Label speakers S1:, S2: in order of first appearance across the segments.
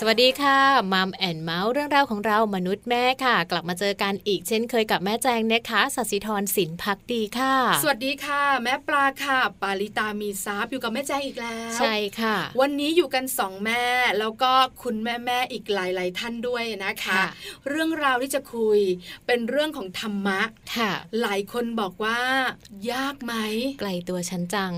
S1: สวัสดีค่ะมัมแอนเมาส์เรื่องราวของเรามนุษย์แม่ค่ะ กลับมาเจอกันอีกเช่นเคยกับแม่แจงนะคะสัสสิธรสินพักดีค่ะ
S2: สวัสดีค่ะ แม่ปลาค่ะ ปาลิตามีซับอยู่กับแม่แจงอีกแล้ว
S1: ใช่ค่ะ
S2: วันนี้อยู่กันสองแม่ แล้วก็คุณแม่แม่ๆอีกหลาย ๆ ท่านด้วยนะคะ
S1: ค่ะ
S2: เรื่องราวที่จะคุยเป็นเรื่องของธรรมะ
S1: ค่ะ
S2: หลายคนบอกว่า ยากไหม
S1: ไกลตัวฉันจัง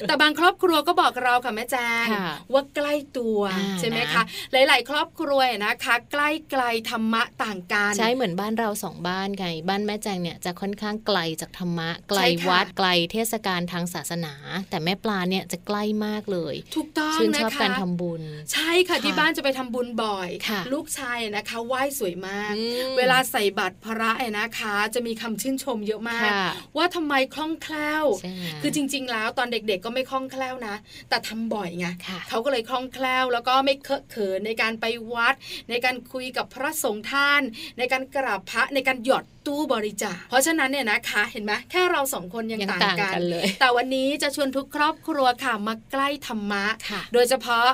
S2: แต่บางครอบครัวก็บอกเราค่ะแม่แจง
S1: ค่ะ
S2: ว่าใกล้ตัว
S1: อ่า
S2: ใช่ไหม
S1: นะ
S2: คะ หลาย ๆ ครอบครัวนะคะ ใกล้ไกลธรรมะต่างกัน
S1: ใช่เหมือนบ้านเราสองบ้านไงบ้านแม่แจงเนี่ยจะค่อนข้างไกลจากธรรมะ ไกล
S2: ใช่ค่ะ
S1: วัดไกลเทศกาลทางศาสนา แต่แม่ปลาเนี่ยจะใกล้มากเลย
S2: ถูกต้อง
S1: ชื่น
S2: นะ
S1: ชอบ
S2: คะ
S1: การทำบุญ
S2: ใช่ค่ะ
S1: ค่ะ
S2: ที่บ้านจะไปทำบุญบ่อย
S1: ค่ะ
S2: ลูกชายนะคะไหว้สวยมาก
S1: อืม
S2: เวลาใส่บัตรพระเนี่ยนะคะ จะมีคำชื่นชมเยอะมาก
S1: ค่ะ
S2: ว่าทำไมคล่องแคล่ว
S1: ใช่ไหม
S2: คือจริง ๆ แล้วตอนเด็กๆก็ไม่คล่องแคล่วนะ แต่ทำบ่อยไง
S1: ค่ะ
S2: เขาก็เลยคล่องแคล่ว แล้วก็ไม่เคอะเขินในการไปวัด ในการคุยกับพระสงฆ์ท่าน ในการกราบพระในการหยอดตู้บริจาคเพราะฉะนั้นเนี่ยนะคะ เห็นไหมแค่เราสองคนยัง
S1: ยัง
S2: ต่าง
S1: ต่าง
S2: กัน
S1: กันเลย
S2: แต่วันนี้จะชวนทุกครอบครัวค่ะมาใกล้ธรรมะ
S1: ค่ะ
S2: โดยเฉพาะ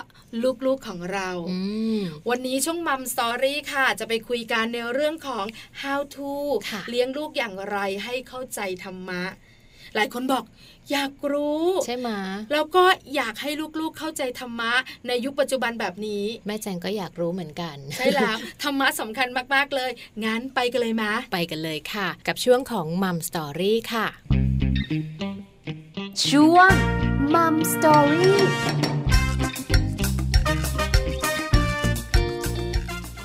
S2: ลูกๆของเรา
S1: อืม
S2: วันนี้ช่วงมัมสตอรี่ค่ะ จะไปคุยกันในเรื่องของ how to
S1: ค่ะ
S2: เลี้ยงลูกอย่างไรให้เข้าใจธรรมะ หลายคนบอกอยากรู้
S1: ใช่ไหมะ
S2: แล้วก็อยากให้ลูกๆเข้าใจธรรมะในยุคปัจจุบันแบบนี้
S1: แม่แจงก็อยากรู้เหมือนกัน
S2: ใช่แล้ว ธรรมะสำคัญมากๆเลย งั้นไปกันเลยมะ
S1: ไปกันเลยค่ะ กับช่วงของมัมสตอรี่ค่ะ
S3: ช่วงมัมสตอรี่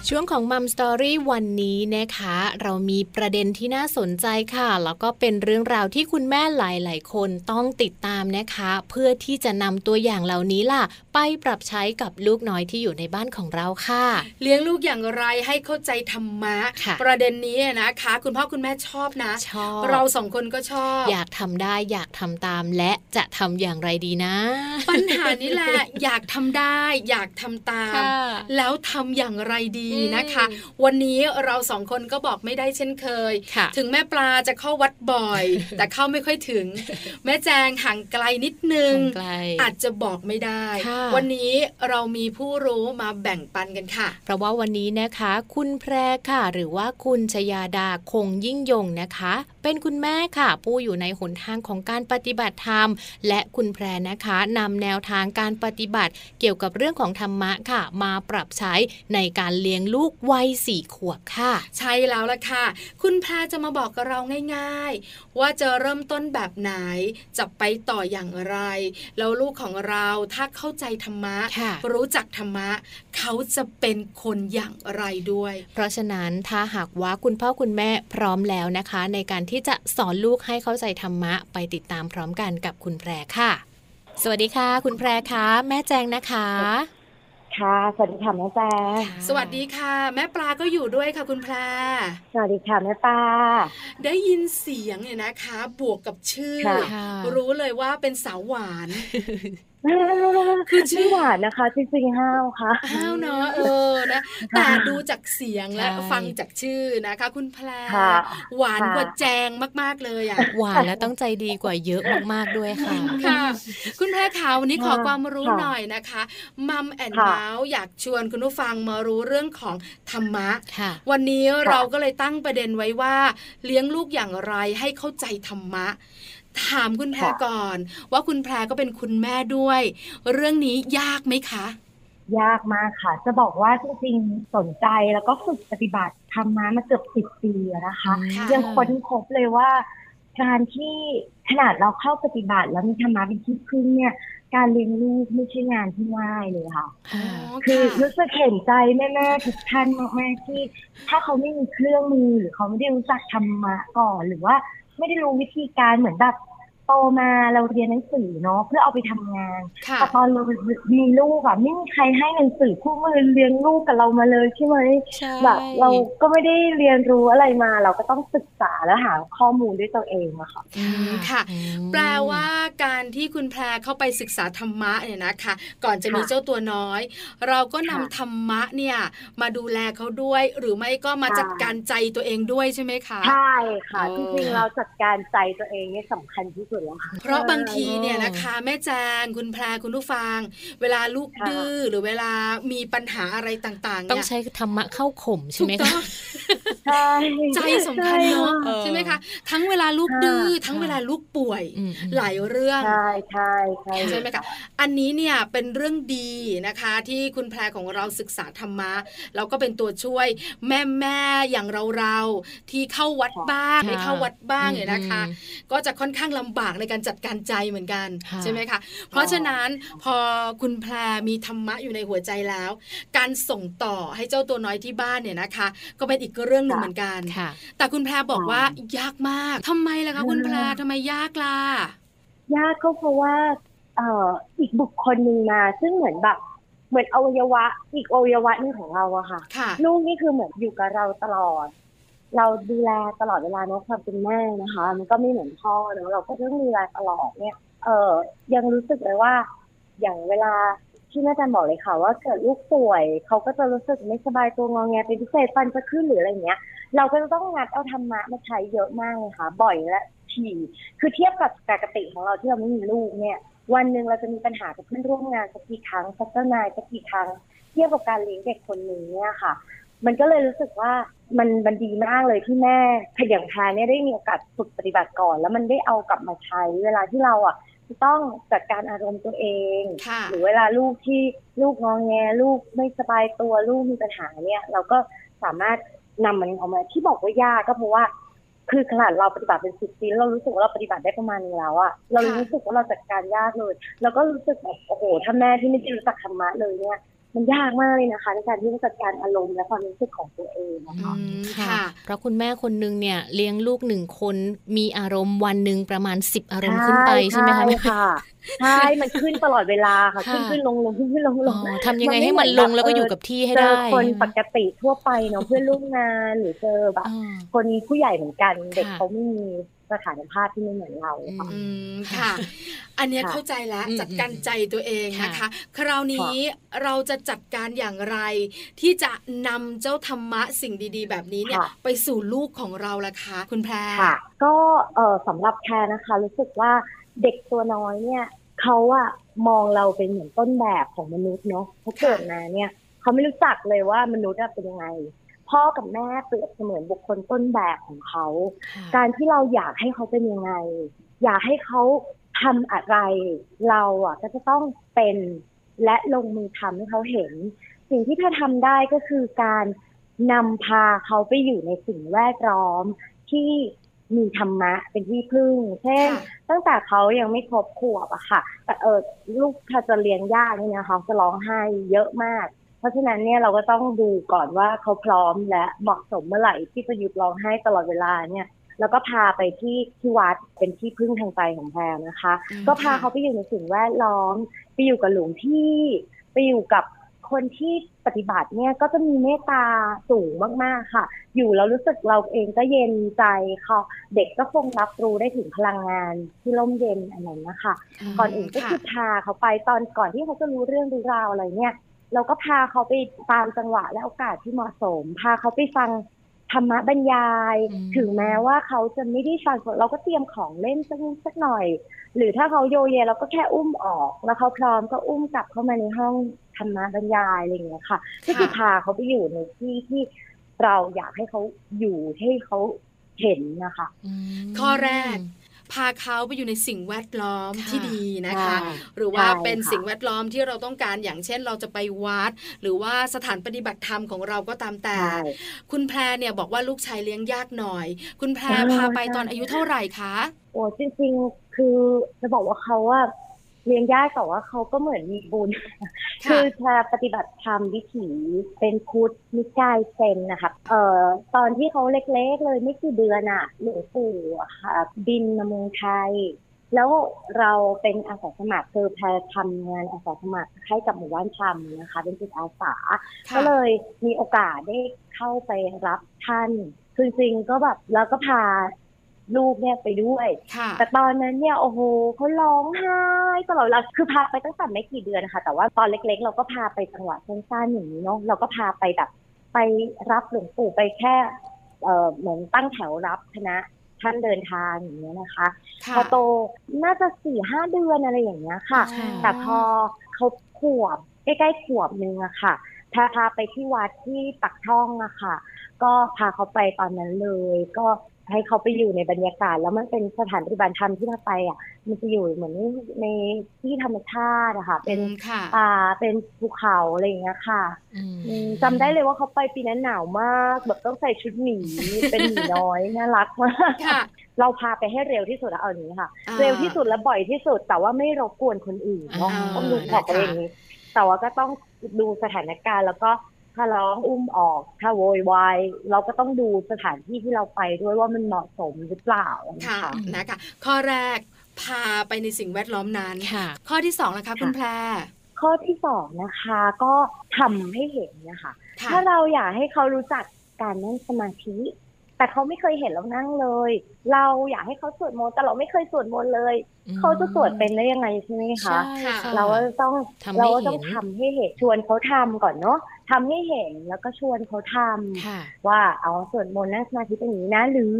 S1: ช่วงของมัมสตอรี่วันนี้นะคะ เรามีประเด็นที่น่าสนใจค่ะ แล้วก็เป็นเรื่องราวที่คุณแม่หลาย ๆ คนต้องติดตามนะคะ เพื่อที่จะนำตัวอย่างเหล่านี้ล่ะ ไปปรับใช้กับลูกน้อยที่อยู่ในบ้านของเราค่ะ
S2: เลี้ยงลูกอย่างไรให้เข้าใจธรรมะ
S1: ค่ะ
S2: ประเด็นนี้นะคะ คุณพ่อคุณแม่ชอบนะ
S1: ชอบ
S2: เราสองคนก็ชอบ
S1: อยากทำได้อยากทำตามและจะทำอย่างไรดีนะ
S2: ปัญหานี้แหละ อยากทำได้ อยากทำตาม
S1: ค่ะ
S2: แล้วทำอย่างไรดี
S1: อืม
S2: นะคะ วันนี้เราสองคนก็บอกไม่ได้เช่นเคย
S1: ค่ะ
S2: ถึงแม่ปลาจะเข้าวัดบ่อย แต่เข้าไม่ค่อยถึง แม่แจงห่างไกลนิดนึง
S1: ทำไกล
S2: อาจจะบอกไม่ได้
S1: ค่ะ
S2: วันนี้เรามีผู้รู้มาแบ่งปันกันค่ะ
S1: เพราะว่าวันนี้นะคะ คุณแพรค่ะ หรือว่าคุณชยาดาคงยิ่งยงนะคะ เป็นคุณแม่ค่ะ ผู้อยู่ในหนทางของการปฏิบัติธรรม และคุณแพรนะคะนำแนวทางการปฏิบัติ เกี่ยวกับเรื่องของธรรมะค่ะ มาปรับใช้ในการเลี้ยงลูกวัยสี่ขวบค่ะ
S2: ใช่แล้วล่ะค่ะ คุณแพรจะมาบอกกับเราง่าย ๆ ว่าจะเริ่มต้นแบบไหน จะไปต่ออย่างไร แล้วลูกของเราถ้าเข้าใจธรรมะ
S1: ค่ะ
S2: รู้จักธรรมะ เขาจะเป็นคนอย่างไรด้วย
S1: เพราะฉะนั้นถ้าหากว่าคุณพ่อคุณแม่พร้อมแล้วนะคะ ในการที่จะสอนลูกให้เข้าใจธรรมะไปติดตามพร้อมกันกับคุณแพรค่ะ สวัสดีค่ะ คุณแพรคะแม่แจงนะคะ
S4: ค่ะ สวัสดีค่ะแม่แจง
S2: สวัสดีค่ะ แม่ปลาก็อยู่ด้วยค่ะ คุณแพร
S4: สวัสดีค่ะแม่ ปลา
S2: ได้ยินเสียงเนี่ยนะคะ บวกกับชื่อ
S4: ค่ะ
S1: ค่ะ
S2: รู้เลยว่าเป็นสาวหวาน
S4: คือชื่อหวานนะคะจริงๆห้าวค่ะ
S2: อ้าวเนาะเออนะแต่ดูจากเสียงและ
S1: ใช่
S2: ฟังจากชื่อนะคะ คุณแพร
S4: ค่ะ
S2: หวาน
S4: ค่ะ
S2: กว่าแจงมากๆเลยอ่ะ
S1: หวานและต้องใจดีกว่าเยอะมากๆด้วยค่ะ
S2: ค่ะ คุณแพรขาววันนี้ขอ
S4: ค่ะ
S2: ความรู้
S4: ค่ะ
S2: หน่อยนะคะมัมแอน
S4: ค่ะ
S2: เมาส์อยากชวนคุณผู้ฟังมารู้เรื่องของธรรมะ
S1: ค่ะ
S2: วันนี้เราก็เลยตั้งประเด็นไว้ว่า เลี้ยงลูกอย่างไรให้เข้าใจธรรมะ ถามคุณแพร
S4: ค่ะ
S2: ก่อน ว่าคุณแพรก็เป็นคุณแม่ด้วย เรื่องนี้ยากไหมคะ
S4: ยากมากค่ะ จะบอกว่าจริงๆสนใจแล้วก็ฝึกปฏิบัติทำมามาเกือบสิบปีแล้วนะคะ
S2: ค่ะ
S4: ยังค้นพบเลยว่า การที่ขนาดเราเข้าปฏิบัติแล้วมีธรรมะเป็นที่พึ่งเนี่ย การเลี้ยงลูกไม่ใช่งานที่ง่ายเลยค่ะ
S2: อ๋
S1: ค่ะ
S2: อ
S4: คือ
S2: ค่ะ
S4: รู้สึกเห็นใจแม่ๆทุกท่านมากๆที่ ถ้าเขาไม่มีเครื่องมือหรือเขาไม่ได้รู้จักธรรมะก่อน หรือว่าไม่ได้รู้วิธีการเหมือนแบบ โตมาเราเรียนหนังสือเนาะเพื่อเอาไปทำงาน
S2: ค่ะ
S4: แต่ตอนเรามีลูกอะไม่มีใครให้หนังสือคู่มือเลี้ยงลูกกับเรามาเลยใช่ไหม
S1: ใช่
S4: แบบเราก็ไม่ได้เรียนรู้อะไรมา เราก็ต้องศึกษาแล้วหาข้อมูลด้วยตัวเองอะค่ะ
S2: ค่ะ
S1: อืม
S2: แปลว่าการที่คุณแพรเข้าไปศึกษาธรรมะเนี่ยนะคะ ก่อนจะมี
S4: ค่ะ
S2: เจ้าตัวน้อย เราก็นำ
S4: ค่ะ
S2: ธรรมะเนี่ยมาดูแลเขาด้วย หรือไม่ก็มา
S4: ใช่
S2: จัดการใจตัวเองด้วยใช่ไหมคะ
S4: ใช่ค่ะ
S2: เออ
S4: จริงๆเราจัดการใจตัวเองเนี่ยสำคัญที่สุดแล้วค่ะ
S2: เพราะบางทีเนี่ยนะคะแม่แจงคุณแพรคุณผู้ฟัง เวลาลูก
S4: ค่ะ
S2: ดื้อหรือเวลามีปัญหาอะไรต่างๆ
S1: ต้อง
S2: เนี่ย
S1: ใช้ธรรมะเข้าข่มใช่
S2: ถู
S1: ไหม
S2: กต้อ
S1: คะ
S2: ง
S4: ใช่
S2: ใจสำคัญเนาะ
S1: เออ
S2: ใช่ไหมคะทั้งเวลาลูกดื้อทั้งเวลาลูกป่วย
S1: อืม
S2: หลายเรื่อง
S4: ใช่ใช่ใช่
S2: ใช่ไหมคะ อันนี้เนี่ยเป็นเรื่องดีนะคะที่คุณแพรของเราศึกษาธรรมะแล้วก็เป็นตัวช่วยแม่แม่ๆอย่างเราเราๆที่เข้าวัดบ้าง
S1: ค่ะ
S2: ไม่เข้าวัดบ้างเนี่ยนะคะ
S1: อืม
S2: ก็จะค่อนข้างลำบากในการจัดการใจเหมือนกัน
S1: ค่ะ
S2: ใช่ไหมคะเพราะฉะนั้นพอคุณแพรมีธรรมะอยู่ในหัวใจแล้ว การส่งต่อให้เจ้าตัวน้อยที่บ้านเนี่ยนะคะ ก็เป็นอีกเรื่องหนึ่งเหมือนกัน
S1: อืมค่ะ
S2: แต่คุณแพรบอกว่ายากมากทำไมล่ะคะคุณแพรทำไมยากล่ะ
S4: ยากก็เพราะว่าเอ่ออีกบุคคลหนึ่งมา ซึ่งเหมือนแบบเหมือนอวัยวะ อีกอวัยวะหนึงของเราอะค่ะ
S2: ค่ะ
S4: ลูกนี่คือเหมือนอยู่กับเราตลอด เราดูแลตลอดเวลาเนอะความเป็นแม่นะคะ มันก็ไม่เหมือนพ่อเนอะเราก็ต้องดูแลตลอดเนี่ย เออยังรู้สึกเลยว่า อย่างเวลาที่แม่จันบอกเลยค่ะ ว่าเกิดลูกป่วยเขาก็จะรู้สึกไม่สบายตัวงอแงเป็นพิเศษฟันจะขึ้นหรืออะไรเงี้ย เราก็จะต้องงัดเอาธรรมะมาใช้เยอะมากเลยค่ะ บ่อยและถี่ คือเทียบกับปกติของเราที่เราไม่มีลูกเนี่ย วันหนึ่งเราจะมีปัญหากับเพื่อนร่วมงานสักกี่ครั้งสักเจ้านายสักกี่ครั้ง เทียบกับการเลี้ยงเด็กคนหนึ่งเนี่ยค่ะ มันก็เลยรู้สึกว่ามันมันดีมากเลยที่แม่ขยันพาเนี่ยได้มีโอกาสฝึกปฏิบัติก่อน แล้วมันได้เอากลับมาใช้เวลาที่เราอ่ะจะต้องจัดการอารมณ์ตัวเอง
S2: ค่ะ
S4: หรือเวลาลูกที่ลูกงองแงลูกไม่สบายตัวลูกมีปัญหาเนี่ย เราก็สามารถนำมันออกมาที่บอกว่ายากก็เพราะว่า คือขนาดเราปฏิบัติเป็นสิบปีแล้วเรารู้สึกว่าเราปฏิบัติได้ประมาณนึงแล้วอะเรา
S2: ค่ะ
S4: รู้สึกว่าเราจัดการยากเลย แล้วก็รู้สึกแบบโอ้โหถ้าแม่ที่ไม่ได้รู้จักธรรมะเลยเนี่ย มันยากมากเลยนะคะในการที่จะจัดการอารมณ์และความรู้สึกของตัวเองนะคะ
S2: อืมค่ะ
S1: เพราะคุณแม่คนนึงเนี่ยเลี้ยงลูกหนึ่งคนมีอารมณ์วันหนึ่งประมาณ 10 อารมณ์ขึ้นไปใช่ไหมคะแม่
S4: ใช่ค่ะใช่มันขึ้นตลอดเวลาค่ะ
S1: ค่ะ
S4: ขึ้นขึ้นลงลงขึ้นขึ้นลงล
S1: อ๋
S4: ง
S1: อทำยังไงให้มันลงแล้วก็อยู่กับที่ให้
S4: เจ
S1: ได้
S4: อคนป
S1: ใช่ไหม
S4: กติทั่วไป เนาะ เพื่อนร่วมงานหรือเจอแบบ
S1: อ่า
S4: คนผู้ใหญ่เหมือนกัน เด็ก
S1: ค่ะ
S4: เขาไม่มีสถานภาพที่ไม่เหมือนเรา
S1: อื
S4: ค่ะ
S2: อื
S1: ม
S2: มค่ะ อันเนี้ย
S4: ค่ะ
S2: เข้าใจแล้ว
S1: อืม
S2: จัดการใจตัวเองนะคะ
S1: ค่ะ
S2: คราวนี้เราจะจัดการอย่างไร ที่จะนำเจ้าธรรมะสิ่งดีๆ แบบนี้เนี่ย
S4: ค่ะ
S2: ไปสู่ลูกของเราล่ะคะคุณแพร
S4: ค่ะ ก็เออสำหรับแคร์นะคะ รู้สึกว่าเด็กตัวน้อยเนี่ยเขาอะมองเราเป็นเหมือนต้นแบบของมนุษย์เนาะเขาเกิดมาเนี่ยเขาไม่รู้จักเลยว่ามนุษย์อะเป็นยังไง พ่อกับแม่เปรียบเสมือนบุคคลต้นแบบของเขา
S1: ค่ะ
S4: การที่เราอยากให้เขาเป็นยังไง อยากให้เขาทำอะไร เราอ่ะก็จะต้องเป็นและลงมือทำให้เขาเห็น สิ่งที่เธอทำได้ก็คือการนำพาเขาไปอยู่ในสิ่งแวดล้อมที่มีธรรมะเป็นที่พึ่ง เช่น
S2: ค่ะ
S4: ตั้งแต่เขายังไม่ครบขวบอะค่ะ แต่เออลูกถ้าจะเลี้ยงยากนี่นะคะจะร้องไห้เยอะมาก เพราะฉะนั้นเนี่ยเราก็ต้องดูก่อนว่าเขาพร้อมและเหมาะสมเมื่อไหร่ที่จะหยุดร้องไห้ตลอดเวลาเนี่ย แล้วก็พาไปที่ที่วัดเป็นที่พึ่งทางใจของแพรนะคะ
S2: อืม
S4: ก็พา
S2: ค่ะ
S4: เขาไปอยู่ในสิ่งแวดล้อม ไปอยู่กับหลวงพี่ ไปอยู่กับคนที่ปฏิบัติเนี่ยก็จะมีเมตตาสูงมากๆค่ะ อยู่แล้วรู้สึกเราเองก็เย็นใจเขาเด็กก็คงรับรู้ได้ถึงพลังงานที่ร่มเย็นอันนั้นนะคะ ก่อนอื่นก็
S2: ค่ะ
S4: คือพาเขาไปตอนก่อนที่เขาจะรู้เรื่องรู้ราวอะไรเนี่ย เราก็พาเขาไปตามจังหวะและโอกาสที่เหมาะสม พาเขาไปฟังธรรมะบรรยาย
S1: อืม
S4: ถึงแม้ว่าเขาจะไม่ได้ฟังเราก็เตรียมของเล่นสักนิดสักหน่อย หรือถ้าเขาโยเยเราก็แค่อุ้มออก แล้วเขาพร้อมก็อุ้มกลับเข้ามาในห้องธรรมะบรรยายอะไรอย่างเงี้ยค่ะ ก็คือพาเขาไปอยู่ในที่ที่เราอยากให้เขาอยู่ให้เขาเห็นนะคะ
S1: อืม
S2: ข้อแรก พาเขาไปอยู่ในสิ่งแวดล้อม
S1: ค่ะ
S2: ที่ดีนะคะ
S4: ใช่
S2: หรือว่า
S4: ใช่ค่ะ
S2: เป็นสิ่งแวดล้อมที่เราต้องการอย่างเช่น เราจะไปวัด หรือว่าสถานปฏิบัติธรรมของเราก็ตามแต่
S4: ใช่
S2: คุณแพรเนี่ยบอกว่าลูกชายเลี้ยงยากหน่อย คุณแพร
S4: ใช่
S2: พาไปตอนอายุเท่าไหร่คะ
S4: โอ้จริงๆ คือจะบอกว่าเขาว่าเลี้ยงยากแต่ว่าเขาก็เหมือนมีบุญ คือจะปฏิบัติธรรมวิถีเป็นพุทธนิกายเซนนะคะเอ่อตอนที่เขาเล็กๆเลยไม่กี่เดือนอะหลวงปู่อะค่ะบินมาเมืองไทย แล้วเราเป็นอาสาสมัครคือแพรทำงานอาสาสมัครให้กับหมู่บ้านชำนะคะ เป็นจิตอาสา
S2: ค่ะ
S4: ก็เลยมีโอกาสได้เข้าไปรับท่านคือจริงๆก็แบบเราก็พาลูกเนี่ยไปด้วย
S2: ค่ะ
S4: แต่ตอนนั้นเนี่ยโอ้โหเขาร้องไห้ตลอดเวลาคือพาไปตั้งแต่ไม่กี่เดือนนะคะแต่ว่าตอนเล็ก ๆ เราก็พาไปจังหวัดสั้นๆอย่างนี้เนาะเราก็พาไปแบบ ไปรับหลวงปู่ไปแค่เอ่อเหมือนตั้งแถวรับคณะท่านเดินทางอย่างเงี้ยนะคะ
S2: ค่ะ
S4: พอโตน่าจะสี่ห้าเดือนอะไรอย่างเงี้ยค่ะ
S1: ค่ะ
S4: แต่พอเขาขวบใกล้ๆขวบนึงอะค่ะพาพาไปที่วัดที่ปักช่องอะค่ะ ก็พาเขาไปตอนนั้นเลย ก็ให้เขาไปอยู่ในบรรยากาศ แล้วมันเป็นสถานปฏิบัติธรรมที่เราไปอะมันจะอยู่เหมือนในที่ธรรมชาติอะค่ะ เป็น
S2: อืมค่ะ
S4: ป่าเป็นภูเขาอะไรอย่างเงี้ยค่ะ
S1: อืม
S4: อืมจำได้เลยว่าเขาไปปีนั้นหนาวมาก แบบต้องใส่ชุดหมี เป็นหมีน้อยน่ารักมาก
S2: ค่ะ
S4: เราพาไปให้เร็วที่สุดอะเอาอย่างนี้ค่ะ
S2: อ่า
S4: เร็วที่สุดและบ่อยที่สุด แต่ว่าไม่รบกวนคนอื่นเนาะ
S2: อ่า
S4: ต้องดูขอบตัวเองนี้ แต่ว่าก็ต้องดูสถานการณ์แล้วก็ถ้าร้องอุ้มออก ถ้าโวยวายเราก็ต้องดูสถานที่ที่เราไปด้วยว่ามันเหมาะสมหรือเปล่านะ
S2: ค่ะ
S4: ค่ะ
S2: นะคะข้อแรกพาไปในสิ่งแวดล้อมนั้น
S1: ค่ะ
S2: ข้อที่สองนะคะคุณแพร
S4: ข้อที่สองนะคะก็ทำให้เห็นนะคะ
S2: ค่ะ
S4: ถ้าเราอยากให้เขารู้จักการนั่งสมาธิ แต่เขาไม่เคยเห็นเรานั่งเลย เราอยากให้เขาสวดมนต์แต่เราไม่เคยสวดมนต์เลย เขาจะสวดเป็นได้ยังไงใช่ไหมคะ
S1: ใช่ค่ะ
S4: เราก็ต้อง
S1: ทำให้
S4: เราก็ต้อง
S1: เห็น
S4: ทำให้เห็นชวนเขาทำก่อนเนาะทำให้เห็นแล้วก็ชวนเขาทำ
S1: ค่ะ
S4: ว่าเอาส่วนมนต์นั่งสมาธิเป็นอย่างนี้นะ หรือ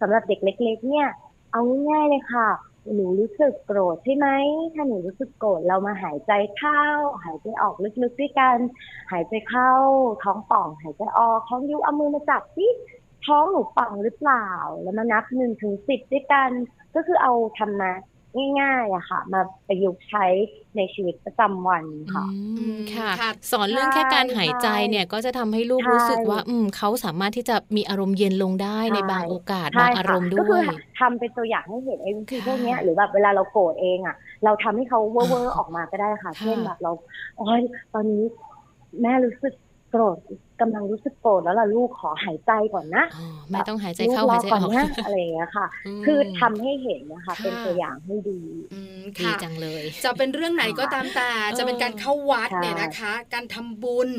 S4: สำหรับเด็กเล็ก ๆ เนี่ย เอาง่ายๆเลยค่ะ หนูรู้สึกโกรธใช่ไหมถ้าหนูรู้สึกโกรธเรามาหายใจเข้า หายใจออกลึกๆด้วยกัน หายใจเข้า ท้องป่อง หายใจออกท้องยุบเอามือมาจับที่ท้องหนูป่องหรือเปล่า แล้วมานับหนึ่งถึงสิบด้วยกัน ก็คือเอาธรรมะง่ายๆอะค่ะ มาประยุกต์ใช้ในชีวิตประจำวันค่ะ
S1: อืมค่ะ
S2: ค่ะ
S1: สอนเรื่องแค่การหายใจเนี่ยก็จะทำให้ลูก
S4: ใช่
S1: รู้สึกว่า อืมเขาสามารถที่จะมีอารมณ์เย็นลงได้ใน
S4: ใช่
S1: บางโอกาส
S4: ใช่
S1: บางอาร
S4: ค่ะ
S1: มณ์ด้
S4: ก็คื
S1: ว
S4: อย ทำเป็นตัวอย่างให้เห็นไอ้วิธี
S1: ค่ะ
S4: พวกเนี้ยหรือแบบเวลาเราโกรธเองอะเราทำให้เขาเว่อร์ๆออกมาก็ได้ค่ะ
S1: ค่ะ
S4: เช่นแบบเราโอ้ยตอนนี้แม่รู้สึกโกรธกำลังรู้สึกโกรธแล้วล่ะลูกขอหายใจก่อนนะ
S1: อ๋อแม่ต้องหายใจ
S4: ลูก
S1: เข้าร
S4: อ
S1: หา
S4: ย
S1: ใจ
S4: ก่
S1: อ
S4: อน
S1: อก
S4: นะอะไรอย่างเงี้ยค่ะ
S1: ม
S4: คือทำให้เห็นนะคะ
S2: ค่ะ
S4: เป็นตัวอย่างให้ดี
S2: อืม
S1: ดี
S2: ค่ะ
S1: จังเลย
S2: จะเป็นเรื่องไหนก็ตามแต่
S1: เออ
S2: จะเป็นการเข้าวัด
S4: ใช่
S2: เนี่ยนะคะ การทำบุญ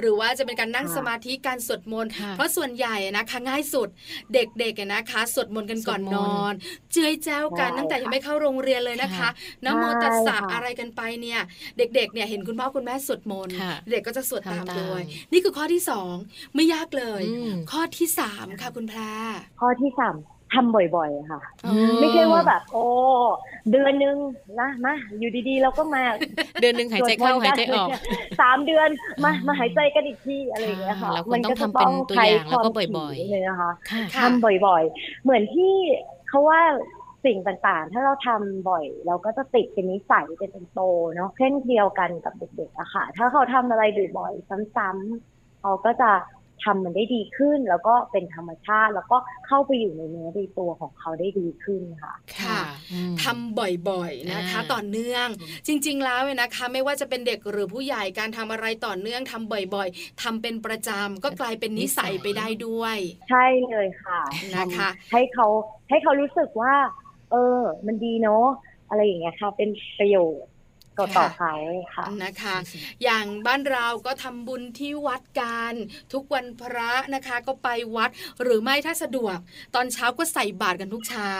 S2: หรือว่าจะเป็นการนั่ง
S4: ค่ะ
S2: สมาธิการสวดมนต์
S1: ค่ะ
S2: เพราะส่วนใหญ่นะคะง่ายสุดเด็กๆเนี่ยนะคะสวดมนต์กันก่อนนอน เจือยแจ้วกัน
S4: ใช่
S2: ตั้งแต่ยังไม่เข้าโรงเรียนเลยนะคะนะโมตัสสะ
S4: ใช่ค่ะ
S2: อะไรกันไปเนี่ย เด็กๆเนี่ยเห็นคุณพ่อคุณแม่สวดมนต์
S1: ค่ะ
S2: เด็กก็จะสวดตาม
S1: ทำตาม
S2: ด้วย นี่คือข้อที่สองไม่ยากเลย
S1: อืม
S2: ข้อที่สามค่ะคุณแพร
S4: ข้อที่สามทำบ่อยๆค่ะ
S1: อืม
S4: ไม่ใช่ว่าแบบ โอ้เดือนนึงนะมาอยู่ดีๆ เราก็มา
S1: เดือนหนึ่งหายใจเข้า
S4: สวดมนต์
S1: หายใจออก
S4: กันสามเดือนมา
S1: อ่าม
S4: มาหายใจกันอีกทีอะไรอย่างเงี้ยค่ะ
S1: อ่าเราควร
S4: มัก็
S1: ต้องทำเป็นตัวอย่างแล้ว
S4: ใช้คา
S1: ก็
S4: ม
S1: บ่อยๆ
S4: ถี่เลยนะคะ
S1: ค่ะ
S4: ทำบ่อยๆ เหมือนที่เขาว่าสิ่งต่างๆ ถ้าเราทำบ่อย เราก็จะติดเป็นนิสัยเป็นโตเนาะเช่นเดียวกันกับเด็กๆอะค่ะ ถ้าเขาทำอะไรบ่อยๆ ซ้ำๆเขาก็จะทำมันได้ดีขึ้น แล้วก็เป็นธรรมชาติ แล้วก็เข้าไปอยู่ในเนื้อในตัวของเขาได้ดีขึ้นค่ะ
S1: ค่ะ อืม
S2: ทำบ่อยๆนะคะ
S1: อ่า
S2: ต่อเนื่อง
S1: อืม
S2: จริง ๆ แล้วเนี่ยนะคะ ไม่ว่าจะเป็นเด็กหรือผู้ใหญ่การทำอะไรต่อเนื่องทำบ่อยๆทำเป็นประจำก็กลายเป็นนิสัยไปได้ด้วย
S4: ใช่เลยค่ะ
S2: นะคะ
S4: ทำให้เขาให้เขารู้สึกว่า เออ มันดีเนาะอะไรอย่างเงี้ยค่ะ เป็นประโยชน์ต่อต่อเขาค่ะ
S2: นะคะ อย่างบ้านเราก็ทำบุญที่วัดกันทุกวันพระนะคะ ก็ไปวัดหรือไม่ถ้าสะดวก ตอนเช้าก็ใส่บาตรกันทุกเช้า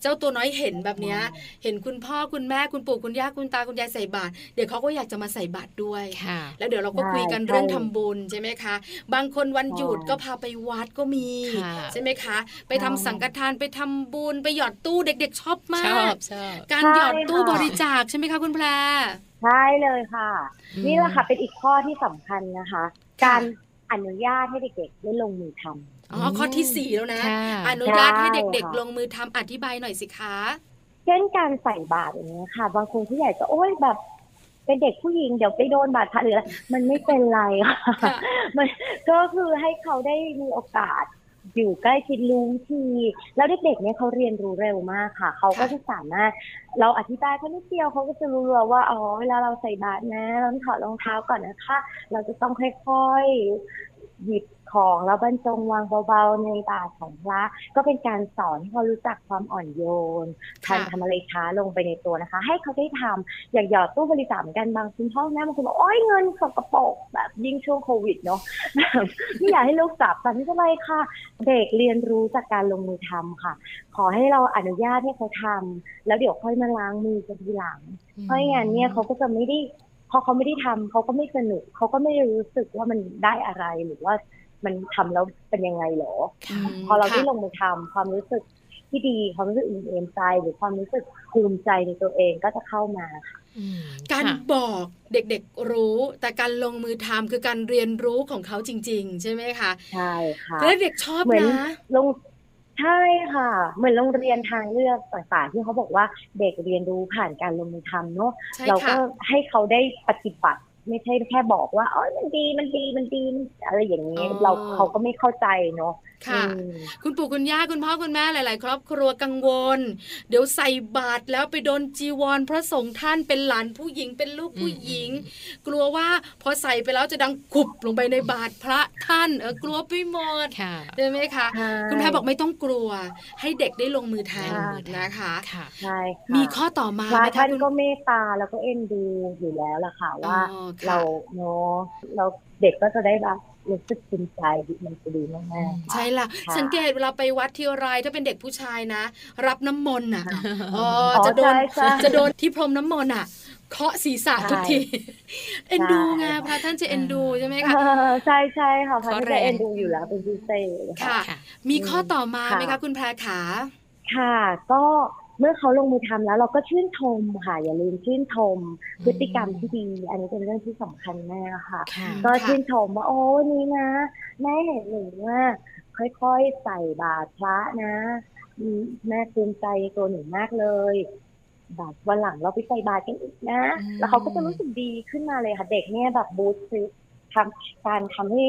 S2: เจ้าตัวน้อยเห็นแบบเนี้ย เห็นคุณพ่อคุณแม่คุณปู่คุณย่าคุณตาคุณยายใส่บาตรเดี๋ยวเขาก็อยากจะมาใส่บาตรด้วย
S1: ค่ะ
S2: แล้วเดี๋ยวเราก็
S4: ใช่
S2: คุยกัน
S4: ใช่
S2: เรื่องทำบุญใช่ไหมคะ บางคนวันหยุด
S4: ใช่
S2: ก็พาไปวัดก็มี
S1: ค่ะ
S2: ใช่ไหมคะ ไปทำ
S4: ใช่
S2: สังฆทานไปทำบุญไปหยอดตู้เด็กๆชอบมา
S1: ชอก บชอบ
S2: การ
S4: ใช่
S2: หยอดตู้
S4: ค่ะ
S2: บริจาคใช่ไหมคะคุณแพร
S4: ใช่เลยค่ะ
S1: อืม
S4: นี่แหละค่ะเป็นอีกข้อที่สำคัญนะคะ
S2: ค่ะ
S4: การอนุญาตให้เด็กๆได้ลงมือทำ
S2: อ๋อข้อที่สี่แล้วนะ
S1: ค่ะ
S2: อนุญาตให้เด็ก
S4: ค่ะ
S2: ๆ ลงมือทำอธิบายหน่อยสิคะ
S4: เช่นการใส่บาตรอย่างนี้ยค่ะ บางคนผู้ใหญ่ก็โอ๊ยแบบ เป็นเด็กผู้หญิงเดี๋ยวไปโดนบาดพระหรืออะไรมันไม่เป็นไรค่ะ มันก็คือให้เขาได้มีโอกาส อยู่ใกล้ชิดรู้วิธีแล้วเด็กๆเนี่ยเขาเรียนรู้เร็วมากค่ะ เขาก็
S2: ค่ะ
S4: จะสามารถ เราอธิบายเขานิดเดียวเขาก็จะรู้แล้วว่าอ๋อเวลาเราใส่บาตรนะเราต้องถอดรองเท้าก่อนนะคะ เราจะต้องค่อยๆ หยิบของแล้วบรรจงวางเบาๆในบาตรของพระ ก็เป็นการสอนให้เขารู้จักความอ่อนโยน การ
S2: ค่ะ
S4: ทำอะไรช้าลงไปในตัวนะคะ ให้เขาได้ทำอย่างหยอดตู้บริจาคเหมือนกันบางคุณพ่อแม่บางคนบอกโอ้ยเงินสกปรกแบบยิ่งช่วงโควิดเนาะ ไม่อยากให้ลูกจับแต่ไม่เป็นไรค่ะ เด็กเรียนรู้จากการลงมือทำค่ะ ขอให้เราอนุญาตให้เขาทำแล้วเดี๋ยวค่อยมาล้างมือกันทีหลัง เพราะอย่างนั้นเนี่ยเขาก็จะไม่ได้พอเขาไม่ได้ทำเขาก็ไม่สนุกเขาก็ไม่ได้รู้สึกว่ามันได้อะไรหรือว่ามันทำแล้วเป็นยังไงหรอ
S1: ค่ะ
S2: ม
S4: พอเราได้
S2: ค่ะ
S4: ลงมือทำความรู้สึกที่ดีความรู้สึกอิ่มเอมใจ หรือความรู้สึกภูมิใจในตัวเองก็จะเข้ามา
S1: อืม
S2: การ
S1: ค่ะ
S2: บอกเด็กๆรู้ แต่การลงมือทำคือการเรียนรู้ของเขาจริง ๆ ใช่ไหมคะ
S4: ใช่ค่ะ
S2: แล้วเด็กชอบ
S4: เหมือน
S2: นะ
S4: ลงใช่ค่ะ เหมือนโรงเรียนทางเลือกต่างๆ ที่เขาบอกว่าเด็กเรียนรู้ผ่านการลงมือทำเนอะ
S2: ใช่
S4: เรา
S2: ค่ะ
S4: ก็ให้เขาได้ปฏิบัติ ไม่ใช่แค่บอกว่าอ๋อมันดีมันดีมันดีอะไรอย่างนี้เราเขาก็ไม่เข้าใจเนอะ
S2: ค่ะ
S4: อืม
S2: คุณปู่คุณย่าคุณพ่อคุณแม่หลาย ๆ ครอบครัวกังวล เดี๋ยวใส่บาตรแล้วไปโดนจีวรพระสงฆ์ท่านเป็นหลานผู้หญิงเป็นลูกผู้หญิง กลัวว่าพอใส่ไปแล้วจะดังขุบลงไปในบาตรพระท่านเออกลัวไปหมด
S1: ค่ะ
S2: ใช่ไหมคะ
S4: ใช่
S2: คุณแม่บอกไม่ต้องกลัว ให้เด็กได้ลงมือ
S4: ใช่
S2: ทำนะคะ
S1: ค่ะ
S4: ใช่ค่ะ
S2: มีข้อต่อมา
S4: พระ
S2: ไหมคะ
S4: ท่าน
S2: คุณ
S4: ก็เมตตาแล้วก็เอ็นดูอยู่แล้วล่ะค่ะว่า
S2: อ๋อค่ะ
S4: เราเนาะเราเด็กก็จะได้รับรู้สึกภูมิใจดีมันจะดีมากๆค่ะ
S2: ใช่ละ
S4: ค่ะ
S2: สังเกตเวลาไปวัดทีไรถ้าเป็นเด็กผู้ชายนะ รับน้ำมนต์น่ะอ๋อ
S4: อ๋อ
S2: จะโดน
S4: ใช่ใช่
S2: จะโดนที่พรมน้ำมนต์น่ะ เคาะศีรษะ
S4: ใช่
S2: ทุกที เอ็นดูไง
S4: ใช่
S2: พระท่านจะเอ็นดูใช่ไหม
S4: เอ
S2: คะ
S4: อใช่ใช่ค่ะพระ
S1: ขอ
S4: ท่าน
S1: แร
S4: จะ
S1: ง
S4: เอ็นดูอยู่แล้วเป็นพิเศษค่ะ
S2: ค่ะ มีข้อต่อมาไหมคะ
S4: ค่ะ
S2: คุณแพรขา
S4: ค่ะ ก็เมื่อเขาลงมือทำแล้วเราก็ชื่นชมค่ะ อย่าลืมชื่นชม
S1: อืม
S4: พฤติกรรมที่ดี อันนี้เป็นเรื่องที่สำคัญมากค่ะ
S1: ค่ะ
S4: ก็
S2: ค่ะ
S4: ชื่นชมว่าโอ้วันนี้นะแม่เห็นหนูว่าค่อยๆใส่บาตรพระนะอืมแม่ภูมิใจในตัวหนูมากเลย บาตรวันหลังเราไปใส่บาตรกันอีกนะ
S1: อืม
S4: แล้วเขาก็จะรู้สึกดีขึ้นมาเลยค่ะเด็กเนี่ยแบบบูสต์ทำการทำให้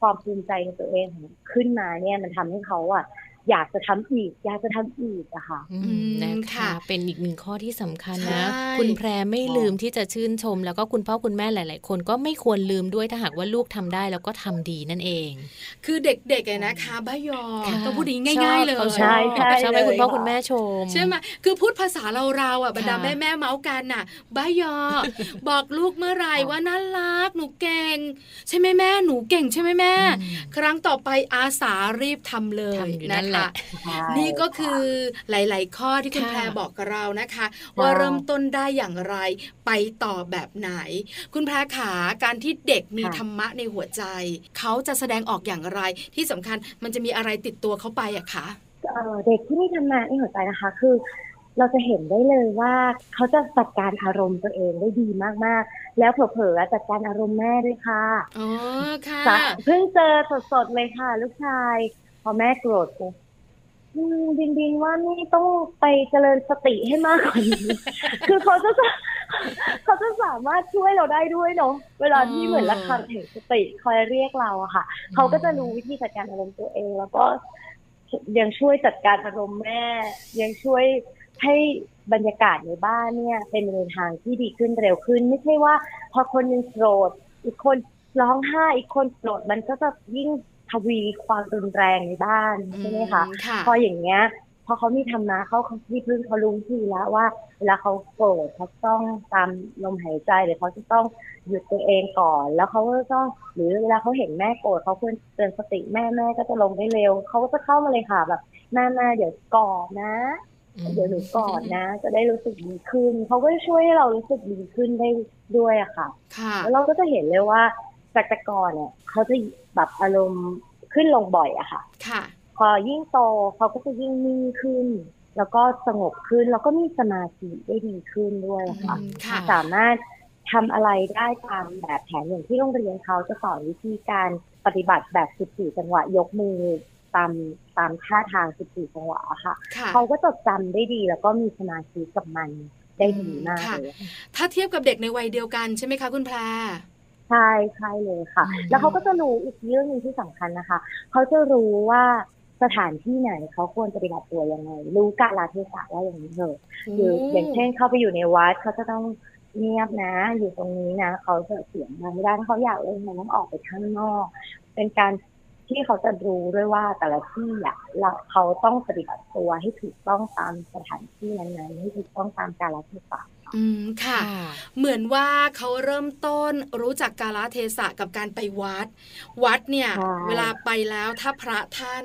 S4: ความภูมิใจในตัวเองขึ้นมาเนี่ย มันทำให้เขาอ่ะ อยากจะทำอีก อยากจะทำอีกอะค่ะ
S1: อื
S2: อื
S1: ม
S2: ม
S1: นะคะ
S2: ค่ะ
S1: เป็นอีกหนึ่งข้อที่สำคัญ
S2: ใช่
S1: นะ คุณแพรไม่ลืมที่จะชื่นชม แล้วก็คุณพ่อคุณแม่หลาย ๆ คนก็ไม่ควรลืมด้วยถ้าหากว่าลูกทำได้แล้วก็ทำดีนั่นเอง
S2: คือเด็กๆอะนะคะบ้ายอ
S1: ค่ะ
S2: ต้องพูดอย่างนี้ง่าย ๆ เล
S1: ชอบขาย ชอบ
S4: ใช่
S1: ชอบให้
S4: เลย
S1: คุณพ่อคุณแม่ชม
S2: ใช่ไหมคือพูดภาษาเราเราๆอ่ะบรรดา
S1: ค่ะ
S2: แม่แม่ๆเมาส์กันน่ะบ้ายอ บอกลูกเมื่อไหร่ว่าน่ารัก หนูเก่ง ใช่ไหมแม่ หนูเก่งใช่ไหมแม่
S1: อืม
S2: ครั้งต่อไปอาสารีบทำเลย
S1: ทำอยู่
S2: นะ
S1: นั่นแห
S2: คะ
S1: ละ
S4: ใช่
S2: นี่ก็คือหลาย ๆ ข้อที่คุณ
S1: ค่ะ
S2: แพรบอกกับเรานะคะ ว่าเริ่มต้นได้อย่างไรไปต่อแบบไหน คุณแพรขาการที่เด็กมี
S4: ค่ะ
S2: ธรรมะในหัวใจ เขาจะแสดงออกอย่างไร ที่สำคัญมันจะมีอะไรติดตัวเขาไปอะคะ
S4: เอ่อเด็กที่ไม่ทำงานในหัวใจนะคะ คือ เราจะเห็นได้เลยว่าเขาจะจัดการอารมณ์ตัวเองได้ดีมากๆ แล้วเผลอๆจัดการอารมณ์แม่ด้วยค่ะ
S2: อ๋อค่ะ
S4: จะเพิ่งเจอสดๆเลยค่ะ ลูกชาย พอแม่โกรธปุ๊บอืมบินบินว่านี่ต้องไปเจริญสติให้มากกว่านี้ คือเขาจะเขาจะสามารถช่วยเราได้ด้วยเนาะเวลาที่เหมือนระคังแห่งสติคอยเรียกเราอะค่ะ เขาก็จะรู้วิธีจัดการอารมณ์ตัวเอง แล้วก็ยังช่วยจัดการอารมณ์แม่ ยังช่วยให้บรรยากาศในบ้านเนี่ย เป็นในทางที่ดีขึ้นเร็วขึ้น ไม่ใช่ว่า พอคนหนึงโกรธอีกคนร้องไห้อีกคนโกรธมันก็จะยิ่งทวีความรุนแรงในบ้านใช่ไหมคะ
S2: อืค่ะ
S4: พออย่างเงี้ย พอเขามีธรรมะเขาเขาที่พึ่งเขารู้วิธีแล้วว่าเวลาเขาโกรธเขาต้องตามลมหายใจหรือเขาจะต้องหยุดตัวเองก่อน แล้วเขาก็ต้องหรือเวลาเขาเห็นแม่โกรธเขาควรเตือนสติแม่แม่ก็จะลงได้เร็วเขาก็จะเข้ามาเลยค่ะแบบแม่แม่เดี๋ยวกอดนะ เดี๋ยวหนูกอดนะ จะได้รู้สึกดีขึ้นเขาก็จะช่วยให้เรารู้สึกดีขึ้นได้ด้วยอะค่ะ
S2: ค่ะ
S4: แล้วเราก็จะเห็นเลยว่าจากแต่ก่อนเนี่ยเขาจะแบบอารมณ์ขึ้นลงบ่อยอะค่ะ
S2: ค่ะ
S4: พอยิ่งโตเขาก็จะยิ่งนิ่งขึ้น แล้วก็สงบขึ้น แล้วก็มีสมาธิได้ดีขึ้นด้วยค่ะ
S2: อืมค่ะ
S4: สามารถทำอะไรได้ตามแบบแผนอย่างที่โรงเรียนเขาจะสอนวิธีการปฏิบัติแบบ 14 จังหวะยกมือตามตามท่าทาง 14 จังหวะค่ะ
S2: ค่ะ
S4: เขาก็จดจำได้ดี แล้วก็มีสมาธิกับมันได้ดีมาก
S2: ค่ะ
S4: เลย
S2: ถ้าเทียบกับเด็กในวัยเดียวกันใช่ไหมคะคุณแพร
S4: ใช่ใช่เลยค่ะ
S1: อืม
S4: แล้วเขาก็จะรู้อีกเรื่องหนึ่งที่สำคัญนะคะ เขาจะรู้ว่าสถานที่ไหนเขาควรจะปฏิบัติตัวยังไง รู้กาลเทศะว่าอย่างนี้เถอะคืออย่างเช่นเข้าไปอยู่ในวัดเขาจะต้องเงียบนะ อยู่ตรงนี้นะ เขาจะเสียงดังไม่ได้ถ้าเขาอยากเล่นเขาต้องออกไปข้างนอก เป็นการที่เขาจะรู้ด้วยว่าแต่ละที่อ่ะเราเขาต้องปฏิบัติตัวให้ถูกต้องตามสถานที่นั้นๆให้ถูกต้องตามกาลเทศะ
S2: อืมค่ะ เหมือนว่าเขาเริ่มต้นรู้จักกาลเทศะกับการไปวัด วัดเนี่ย
S4: ใช่
S2: เวลาไปแล้วถ้าพระท่าน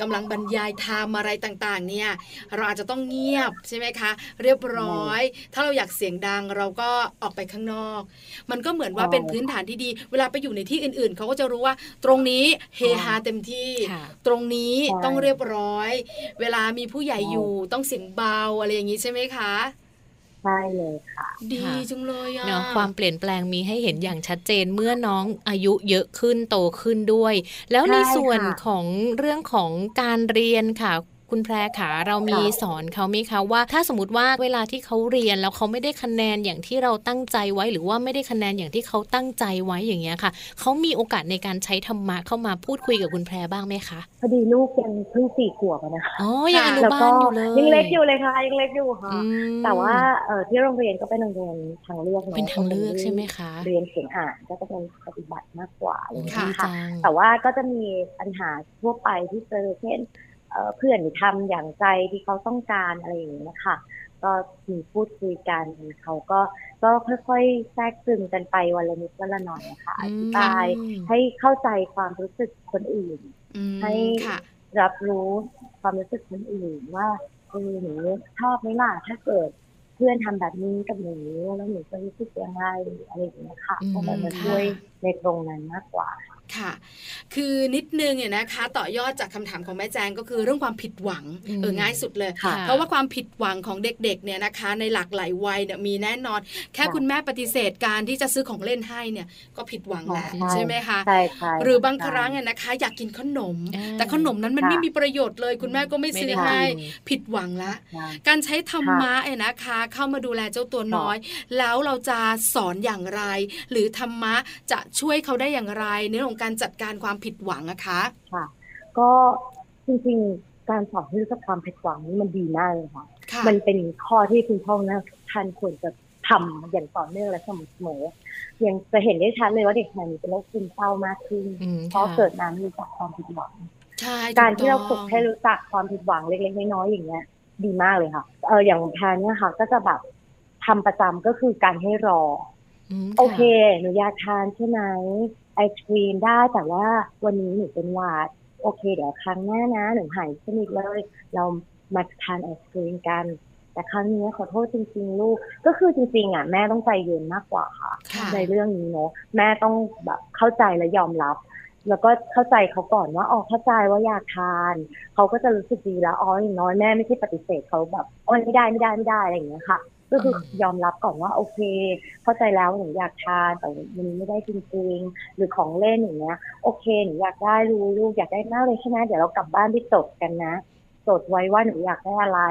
S2: กำลังบรรยายธรรมอะไรต่างๆ เนี่ย เราอาจจะต้องเงียบใช่ไหมคะ เรียบร้อย ถ้าเราอยากเสียงดังเราก็ออกไปข้างนอก มันก็เหมือนว่าเป็นพื้นฐานที่ดี เวลาไปอยู่ในที่อื่นๆ เขาก็จะรู้ว่า ตรงนี้เฮฮาเต็มที่
S1: ค่ะ
S2: ตรงนี้
S4: ใช่
S2: ต้องเรียบร้อย เวลามีผู้ใหญ่
S4: ใช่
S2: อยู่ต้องเสียงเบาอะไรอย่างนี้ใช่ไหมคะ
S4: ใช่เลยค่ะ
S2: ดี
S1: ค่ะ
S2: จังเลยอะ
S1: เนาะความเปลี่ยนแปลงมีให้เห็นอย่างชัดเจนเมื่อน้องอายุเยอะขึ้นโตขึ้นด้วย แล้วใน
S4: ใช่ค่ะ
S1: ส่วนของเรื่องของการเรียนค่ะ คุณแพรขาเรามี
S4: ค่ะ
S1: สอนเขาไหมคะว่า ถ้าสมมติว่าเวลาที่เขาเรียนแล้วเขาไม่ได้คะแนนอย่างที่เราตั้งใจไว้ หรือว่าไม่ได้คะแนนอย่างที่เขาตั้งใจไว้อย่างเงี้ยค่ะเขามีโอกาสในการใช้ธรรมะเข้ามาพูดคุยกับคุณแพรบ้างไหมคะ
S4: พอดีลูกยังเพิ่งสี่ขวบอะนะคะ
S1: อ๋อยังอ
S2: ค่ะ
S1: นุ
S4: แล้ว
S1: บา
S4: ก็
S1: ลอยู่เลย
S4: ยังเล็กอยู่เลยค่ะยังเล็กอยู่
S1: อื
S4: ค่ะ
S1: ม
S4: แต่ว่าเอ่อที่โรงเรียนก็เป็นโรงเรียนทางเลือกอะ
S1: เป็นทางเลือกใช่ไหมคะ
S4: เรียนเขียนอ่านก็จะเป็นปฏิบัติมากกว่าอะไรอย่าง
S1: ดี
S4: เงี้ยค่ะ
S2: ค่ะ
S1: จัง
S4: แต่ว่าก็จะมีปัญหาทั่วไปที่เจอเช่นเอ่อเพื่อนทำอย่างใจที่เขาต้องการอะไรอย่างนี้ยค่ะ ก็มีพูดคุยกันเขาก็ก็ค่อยๆแทรกซึมกันไปวันละนิดวันละหน่อยนะคะอ
S1: อืม
S4: ธิบายให้เข้าใจความรู้สึกคนอื่น
S2: อืม
S4: ให้
S2: ค่ะ
S4: รับรู้ความรู้สึกคนอื่นว่าเออหนูชอบไหมล่ะถ้าเกิดเพื่อนทำแบบนี้กับหนูแล้วหนูจะรู้สึกยังไงอะไรอย่างเงี้ยค่ะ
S1: อืม
S4: ก็จะมา
S2: ค่ะ
S4: ช่วยในตรงนั้นมากกว่า
S2: ค่ะ คือนิดนึงเนี่ยนะคะ ต่อยอดจากคำถามของแม่แจงก็คือเรื่องความผิดหวัง
S1: อืม
S2: เออง่ายสุดเลย
S1: ค่ะ
S2: เพราะว่าความผิดหวังของเด็กๆ เนี่ยนะคะ ในหลากหลายวัยเนี่ยมีแน่นอน แค่
S4: ค่ะ
S2: คุณแม่ปฏิเสธการที่จะซื้อของเล่นให้เนี่ยก็ผิดหวังแล้ว
S4: ใช่
S2: ใช่ไหมคะ
S4: ใช่ใช่
S2: หรือบาง
S4: ใช่
S2: ครั้งเนี่ยนะคะ อยากกินขนม
S1: อ่า
S2: แต่ขนมนั้นมัน
S4: ค่ะ
S2: ไม่มีประโยชน์เลย คุณแม่ก็ไม่ซื้อ
S1: ด้
S2: ให้
S1: กิน
S2: ผิดหวังละ
S4: ใช่
S2: การใช้ธรรมะเนี่ยนะคะ เข้ามาดูแลเจ้าตัวน้อย แล้วเราจะสอนอย่างไร หรือธรรมะจะช่วยเขาได้อย่างไรในเรื่องของการจัดการความผิดหวังนะคะ
S4: ก็จริงๆ การสอนให้รู้จักความผิดหวังนี่มันดีมากเลยค่ะ
S2: ค่ะ
S4: มันเป็นข้อที่คุณพ่อนะท่านควรจะทำอย่างต่อเนื่องและสม่ำเสมอยังจะเห็นได้ชัดเลยว่าเด็กไทยมีเป็นโรคซึมเศร้ามากขึ้น
S1: อืม
S4: เพราะ
S1: ค่ะ
S4: เกิดมาไม่รู้จักความผิดหวัง
S2: ใช่
S4: การที่เรา
S2: ถู
S4: ฝึก
S2: ต้อง
S4: ให้รู้จักความผิดหวังเล็กๆน้อยๆอย่างเงี้ย ดีมากเลยค่ะ เอออย่างแพนเนี่ยค่ะ ก็จะแบบทำประจำก็คือการให้รอ
S1: ม
S4: โอเค
S1: ะ
S4: หนูอยากทานใช่ไหมไอศครีมได้แต่ว่าวันนี้หนูเป็นหวัดโอเค เดี๋ยวครั้งหน้านะหนูหายสนิทเลย เรามาทานไอศครีมกัน แต่ครั้งนี้ขอโทษจริงๆลูก ก็คือจริงๆอ่ะแม่ต้องใจเย็นมากกว่าค่ะ
S2: ค่ะ
S4: ในเรื่องนี้เนอะแม่ต้องแบบเข้าใจและยอมรับ แล้วก็เข้าใจเขาก่อนว่าอ๋อเข้าใจว่าอยากทาน เขาก็จะรู้สึกดีแล้วอ๋ออย่างน้อยแม่ไม่ใช่ปฏิเสธเขาแบบโอ๋อไม่ได้ไม่ได้ไม่ได้อะไรอย่างเงี้ยค่ะ ก็คือ
S1: อืม
S4: ยอมรับก่อนว่าโอเค เข้าใจแล้วหนูอยากทานแต่มันไม่ได้จริงๆหรือของเล่นอย่างเงี้ย โอเคหนูอยากได้รู้ลูกอยากได้มากเลยใช่ไหมเดี๋ยวเรากลับบ้านไปจดกันนะจดไว้ว่าหนูอยากได้อะไร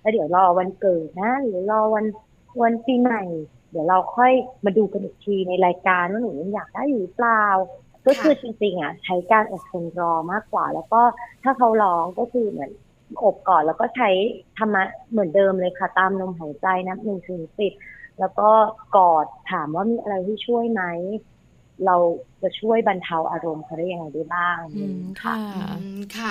S4: แล้วเดี๋ยวรอวันเกิดนะ หรือรอวันวันปีใหม่ เดี๋ยวเราค่อยมาดูกันอีกทีในรายการว่าหนูยังอยากได้อยู่หรือเปล่า ก็คือจริงๆอ่ะใช้การอบทนรอมากกว่า แล้วก็ถ้าเขาร้องก็คือเหมือนอบก่อนแล้วก็ใช้ธรรมะเหมือนเดิมเลยค่ะตามลมหายใจนับหนึ่งถึงสิบแล้วก็กอดถามว่ามีอะไรที่ช่วยไหม เราจะช่วยบรรเทาอารมณ์เขาได้ยังไงได้บ้าง
S1: อืมค่ะ
S2: อืมค่ะ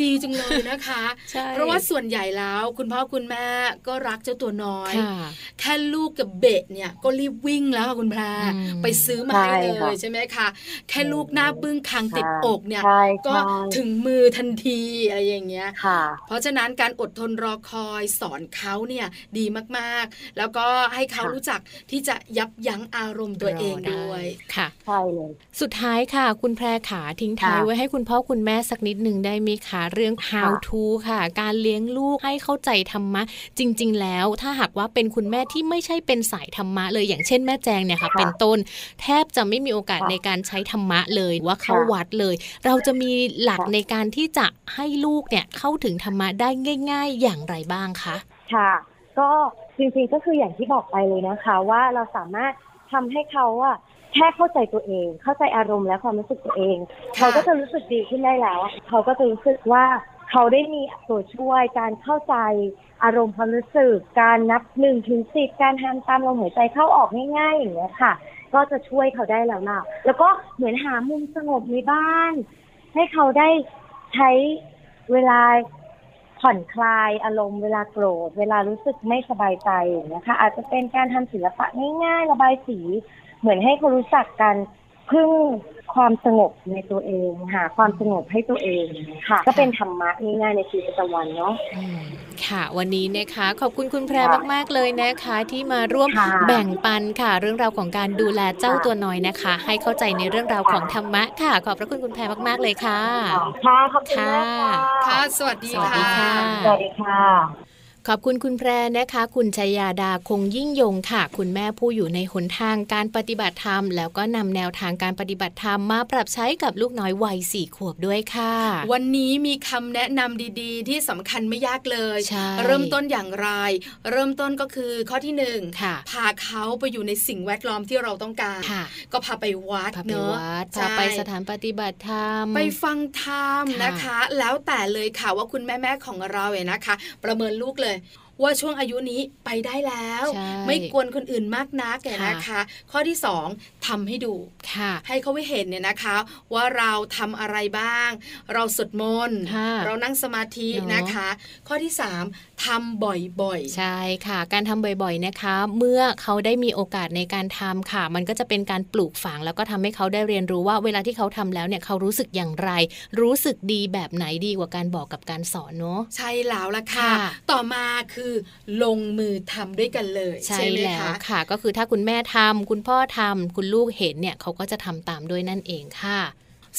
S2: ดีจังเลยนะคะ
S1: ใช่
S2: เพราะว่าส่วนใหญ่แล้วคุณพ่อคุณแม่ก็รักเจ้าตัวน้อย
S1: ค่ะ
S2: แค่ลูกกับเบะเนี่ยก็รีบวิ่งแล้วค่ะคุณแพร
S1: อืม
S2: ไปซื้อมาให้เลยใช่ไหมคะแค่ลูกหน้าบึ้งคางติดอกเนี่ย
S4: ใช่
S2: ก็
S4: ใช่
S2: ถึงมือทันทีอะไรอย่างเงี้ย
S4: ค่ะ
S2: เพราะฉะนั้นการอดทนรอคอยสอนเขาเนี่ยดีมากๆ แล้วก็ให้เขา
S4: ค่ะ
S2: รู้จักที่จะยับยั้งอารมณ์ตัวเอง
S1: รไ
S2: ด้วย
S1: ค่ะ
S4: ใช่เลย
S1: สุดท้ายค่ะ คุณแพรขาทิ้งท้าย
S4: ค่ะ
S1: ไว้ให้คุณพ่อคุณแม่สักนิดหนึ่งได้ไหมคะเรื่อง how
S4: ค่ะ
S1: to ค่ะ การเลี้ยงลูกให้เข้าใจธรรมะ จริง ๆ แล้วถ้าหากว่าเป็นคุณแม่ที่ไม่ใช่เป็นสายธรรมะเลยอย่างเช่นแม่แจงเนี่ยค่ะ
S4: ค่ะ
S1: เป็นต้น แทบจะไม่มีโอกาส
S4: ค่ะ
S1: ในการใช้ธรรมะเลยหรือว่าเข้า
S4: ค่ะ
S1: วัดเลย เราจะมีหลัก
S4: ค่ะ
S1: ในการที่จะให้ลูกเนี่ยเข้าถึงธรรมะได้ง่าย ๆ อย่างไรบ้างคะ
S4: ค่ะ ก็จริงๆก็คืออย่างที่บอกไปเลยนะคะ ว่าเราสามารถทำให้เขาอะแค่เข้าใจตัวเอง เข้าใจอารมณ์และความรู้สึกตัวเอง
S2: ค่ะ
S4: เขาก็จะรู้สึกดีขึ้นได้แล้ว เขาก็จะรู้สึกว่าเขาได้มีตัวช่วยการเข้าใจอารมณ์ความรู้สึก การนับหนึ่งถึงสิบการทำตามลมหายใจเข้าออกง่ายๆอย่างเงี้ยค่ะ ก็จะช่วยเขาได้แล้วล่ะ แล้วก็เหมือนหามุมสงบในบ้าน ให้เขาได้ใช้เวลาผ่อนคลายอารมณ์เวลาโกรธ เวลารู้สึกไม่สบายใจอย่างเงี้ยค่ะอาจจะเป็นการทำศิลปะง่ายๆ ระบายสี เหมือนให้เขารู้จักกันพึ่งความสงบในตัวเอง หาความสงบให้ตัวเองค่ะ ก็เป็นธรรมะง่ายๆในชีวิตประจำวันเนาะ
S1: อืมค่ะ วันนี้นะคะ ขอบคุณคุณแพร
S4: ค่ะ
S1: มากๆเลยนะคะ ที่มาร่วม
S4: ค่ะ
S1: แบ่งปันค่ะ เรื่องราวของการดูแลเจ้า
S4: ค่ะ
S1: ตัวน้อยนะคะ ให้เข้าใจในเรื่องราวของ
S4: ค่ะ
S1: ธรรมะค่ะ ขอบพระคุณคุณแพรมากๆเลยค่ะ
S4: ค่ะขอบคุณมากค่ะ
S2: ค่ะ สวัสดี
S1: สวัสดี
S2: ค่ะ
S1: ค่ะ
S4: สวัสดีค่ะ
S1: ขอบคุณคุณแพรนะคะ คุณชยาดาคงยิ่งยงค่ะ คุณแม่ผู้อยู่ในหนทางการปฏิบัติธรรม แล้วก็นำแนวทางการปฏิบัติธรรมมาปรับใช้กับลูกน้อยวัยสี่ขวบด้วยค่ะ
S2: วันนี้มีคำแนะนำดีๆ ที่สำคัญไม่ยากเลย
S1: ใช่
S2: เริ่มต้นอย่างไร เริ่มต้นก็คือข้อที่หนึ่ง
S1: ค่ะ
S2: พาเขาไปอยู่ในสิ่งแวดล้อมที่เราต้องการ
S1: ค่ะ
S2: ก็พาไปวัด
S1: พาไป
S2: เนอะ
S1: วัด
S2: ใช่
S1: พาไปสถานปฏิบัติธรรม
S2: ไปฟังธรรม
S1: ค่ะ
S2: นะคะ แล้วแต่เลยค่ะว่าคุณแม่ๆของเราเนี่ยนะคะ ประเมินลูกเลย ว่าช่วงอายุนี้ไปได้แล้ว
S1: ใช่
S2: ไม่กวนคนอื่นมากนักเนี่ยนะคะ ข้อที่สองทำให้ดู
S1: ค่ะ
S2: ให้เขาไปเห็นเนี่ยนะคะ ว่าเราทำอะไรบ้าง เราสวดมนต์
S1: ค่ะ
S2: เรานั่งสมาธิ
S1: เนอะ
S2: นะคะ ข้อที่ 3ทำบ่อยๆ
S1: ใช่ค่ะ การทำบ่อยๆนะคะ เมื่อเขาได้มีโอกาสในการทำค่ะ มันก็จะเป็นการปลูกฝังแล้วก็ทำให้เขาได้เรียนรู้ว่าเวลาที่เขาทำแล้วเนี่ยเขารู้สึกอย่างไร รู้สึกดีแบบไหนดีกว่าการบอกกับการสอนเนาะ
S2: ใช่แล้วล่ะค่ะ
S1: ค่ะ
S2: ต่อมาคือลงมือทำด้วยกันเลย
S1: ใช่
S2: ไหม
S1: แล้ว
S2: คะ
S1: ค่ะ ก็คือถ้าคุณแม่ทำคุณพ่อทำคุณลูกเห็นเนี่ยเขาก็จะทำตามด้วยนั่นเองค่ะ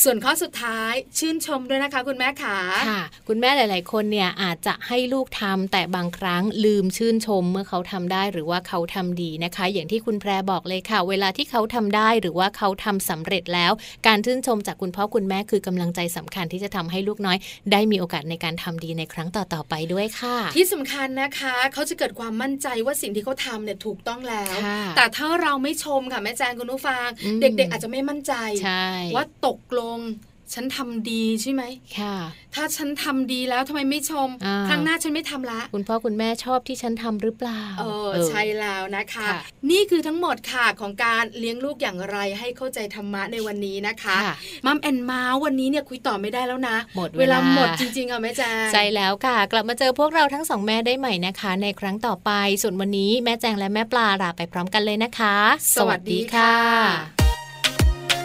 S2: ส่วนข้อสุดท้ายชื่นชมด้วยนะคะคุณแม่ขา
S1: ค่ะ คุณแม่หลาย ๆ คนเนี่ยอาจจะให้ลูกทำแต่บางครั้งลืมชื่นชมเมื่อเขาทำได้หรือว่าเขาทำดีนะคะ อย่างที่คุณแพรบอกเลยค่ะ เวลาที่เขาทำได้หรือว่าเขาทำสำเร็จแล้ว การชื่นชมจากคุณพ่อคุณแม่คือกำลังใจสำคัญที่จะทำให้ลูกน้อย ได้มีโอกาสในการทำดีในครั้งต่อ ๆ ไปด้วยค่ะ
S2: ที่สำคัญนะคะ เขาจะเกิดความมั่นใจว่าสิ่งที่เขาทำเนี่ยถูกต้องแล้ว
S1: ค่ะ
S2: แต่ถ้าเราไม่ชมค่ะแม่แจงคุณผู้ฟัง
S1: อืม
S2: เด็กๆ อาจจะไม่มั่นใจ
S1: ใช่
S2: ว่าตกลงฉันทำดีใช่ไหม
S1: ค่ะ
S2: ถ้าฉันทำดีแล้วทำไมไม่ชม
S1: อ่า
S2: ครั้งหน้าฉันไม่ทำละ
S1: คุณพ่อคุณแม่ชอบที่ฉันทำหรือเปล่า
S2: เออใช่แล้วนะคะ
S1: ค่ะ
S2: นี่คือทั้งหมดค่ะของการเลี้ยงลูกอย่างไรให้เข้าใจธรรมะในวันนี้นะคะ
S1: ค่ะ
S2: มัมแอนเมาส์วันนี้เนี่ยคุยต่อไม่ได้แล้วนะ
S1: หมด
S2: เว
S1: เว
S2: ลา
S1: ลา
S2: หมดจริงๆค่ะแม่แจง
S1: ใช่แล้วค่ะ กลับมาเจอพวกเราทั้งสองแม่ได้ใหม่นะคะ ในครั้งต่อไป ส่วนวันนี้แม่แจงและแม่ปลาลาไปพร้อมกันเลยนะคะ
S2: สวัสดีค่ะ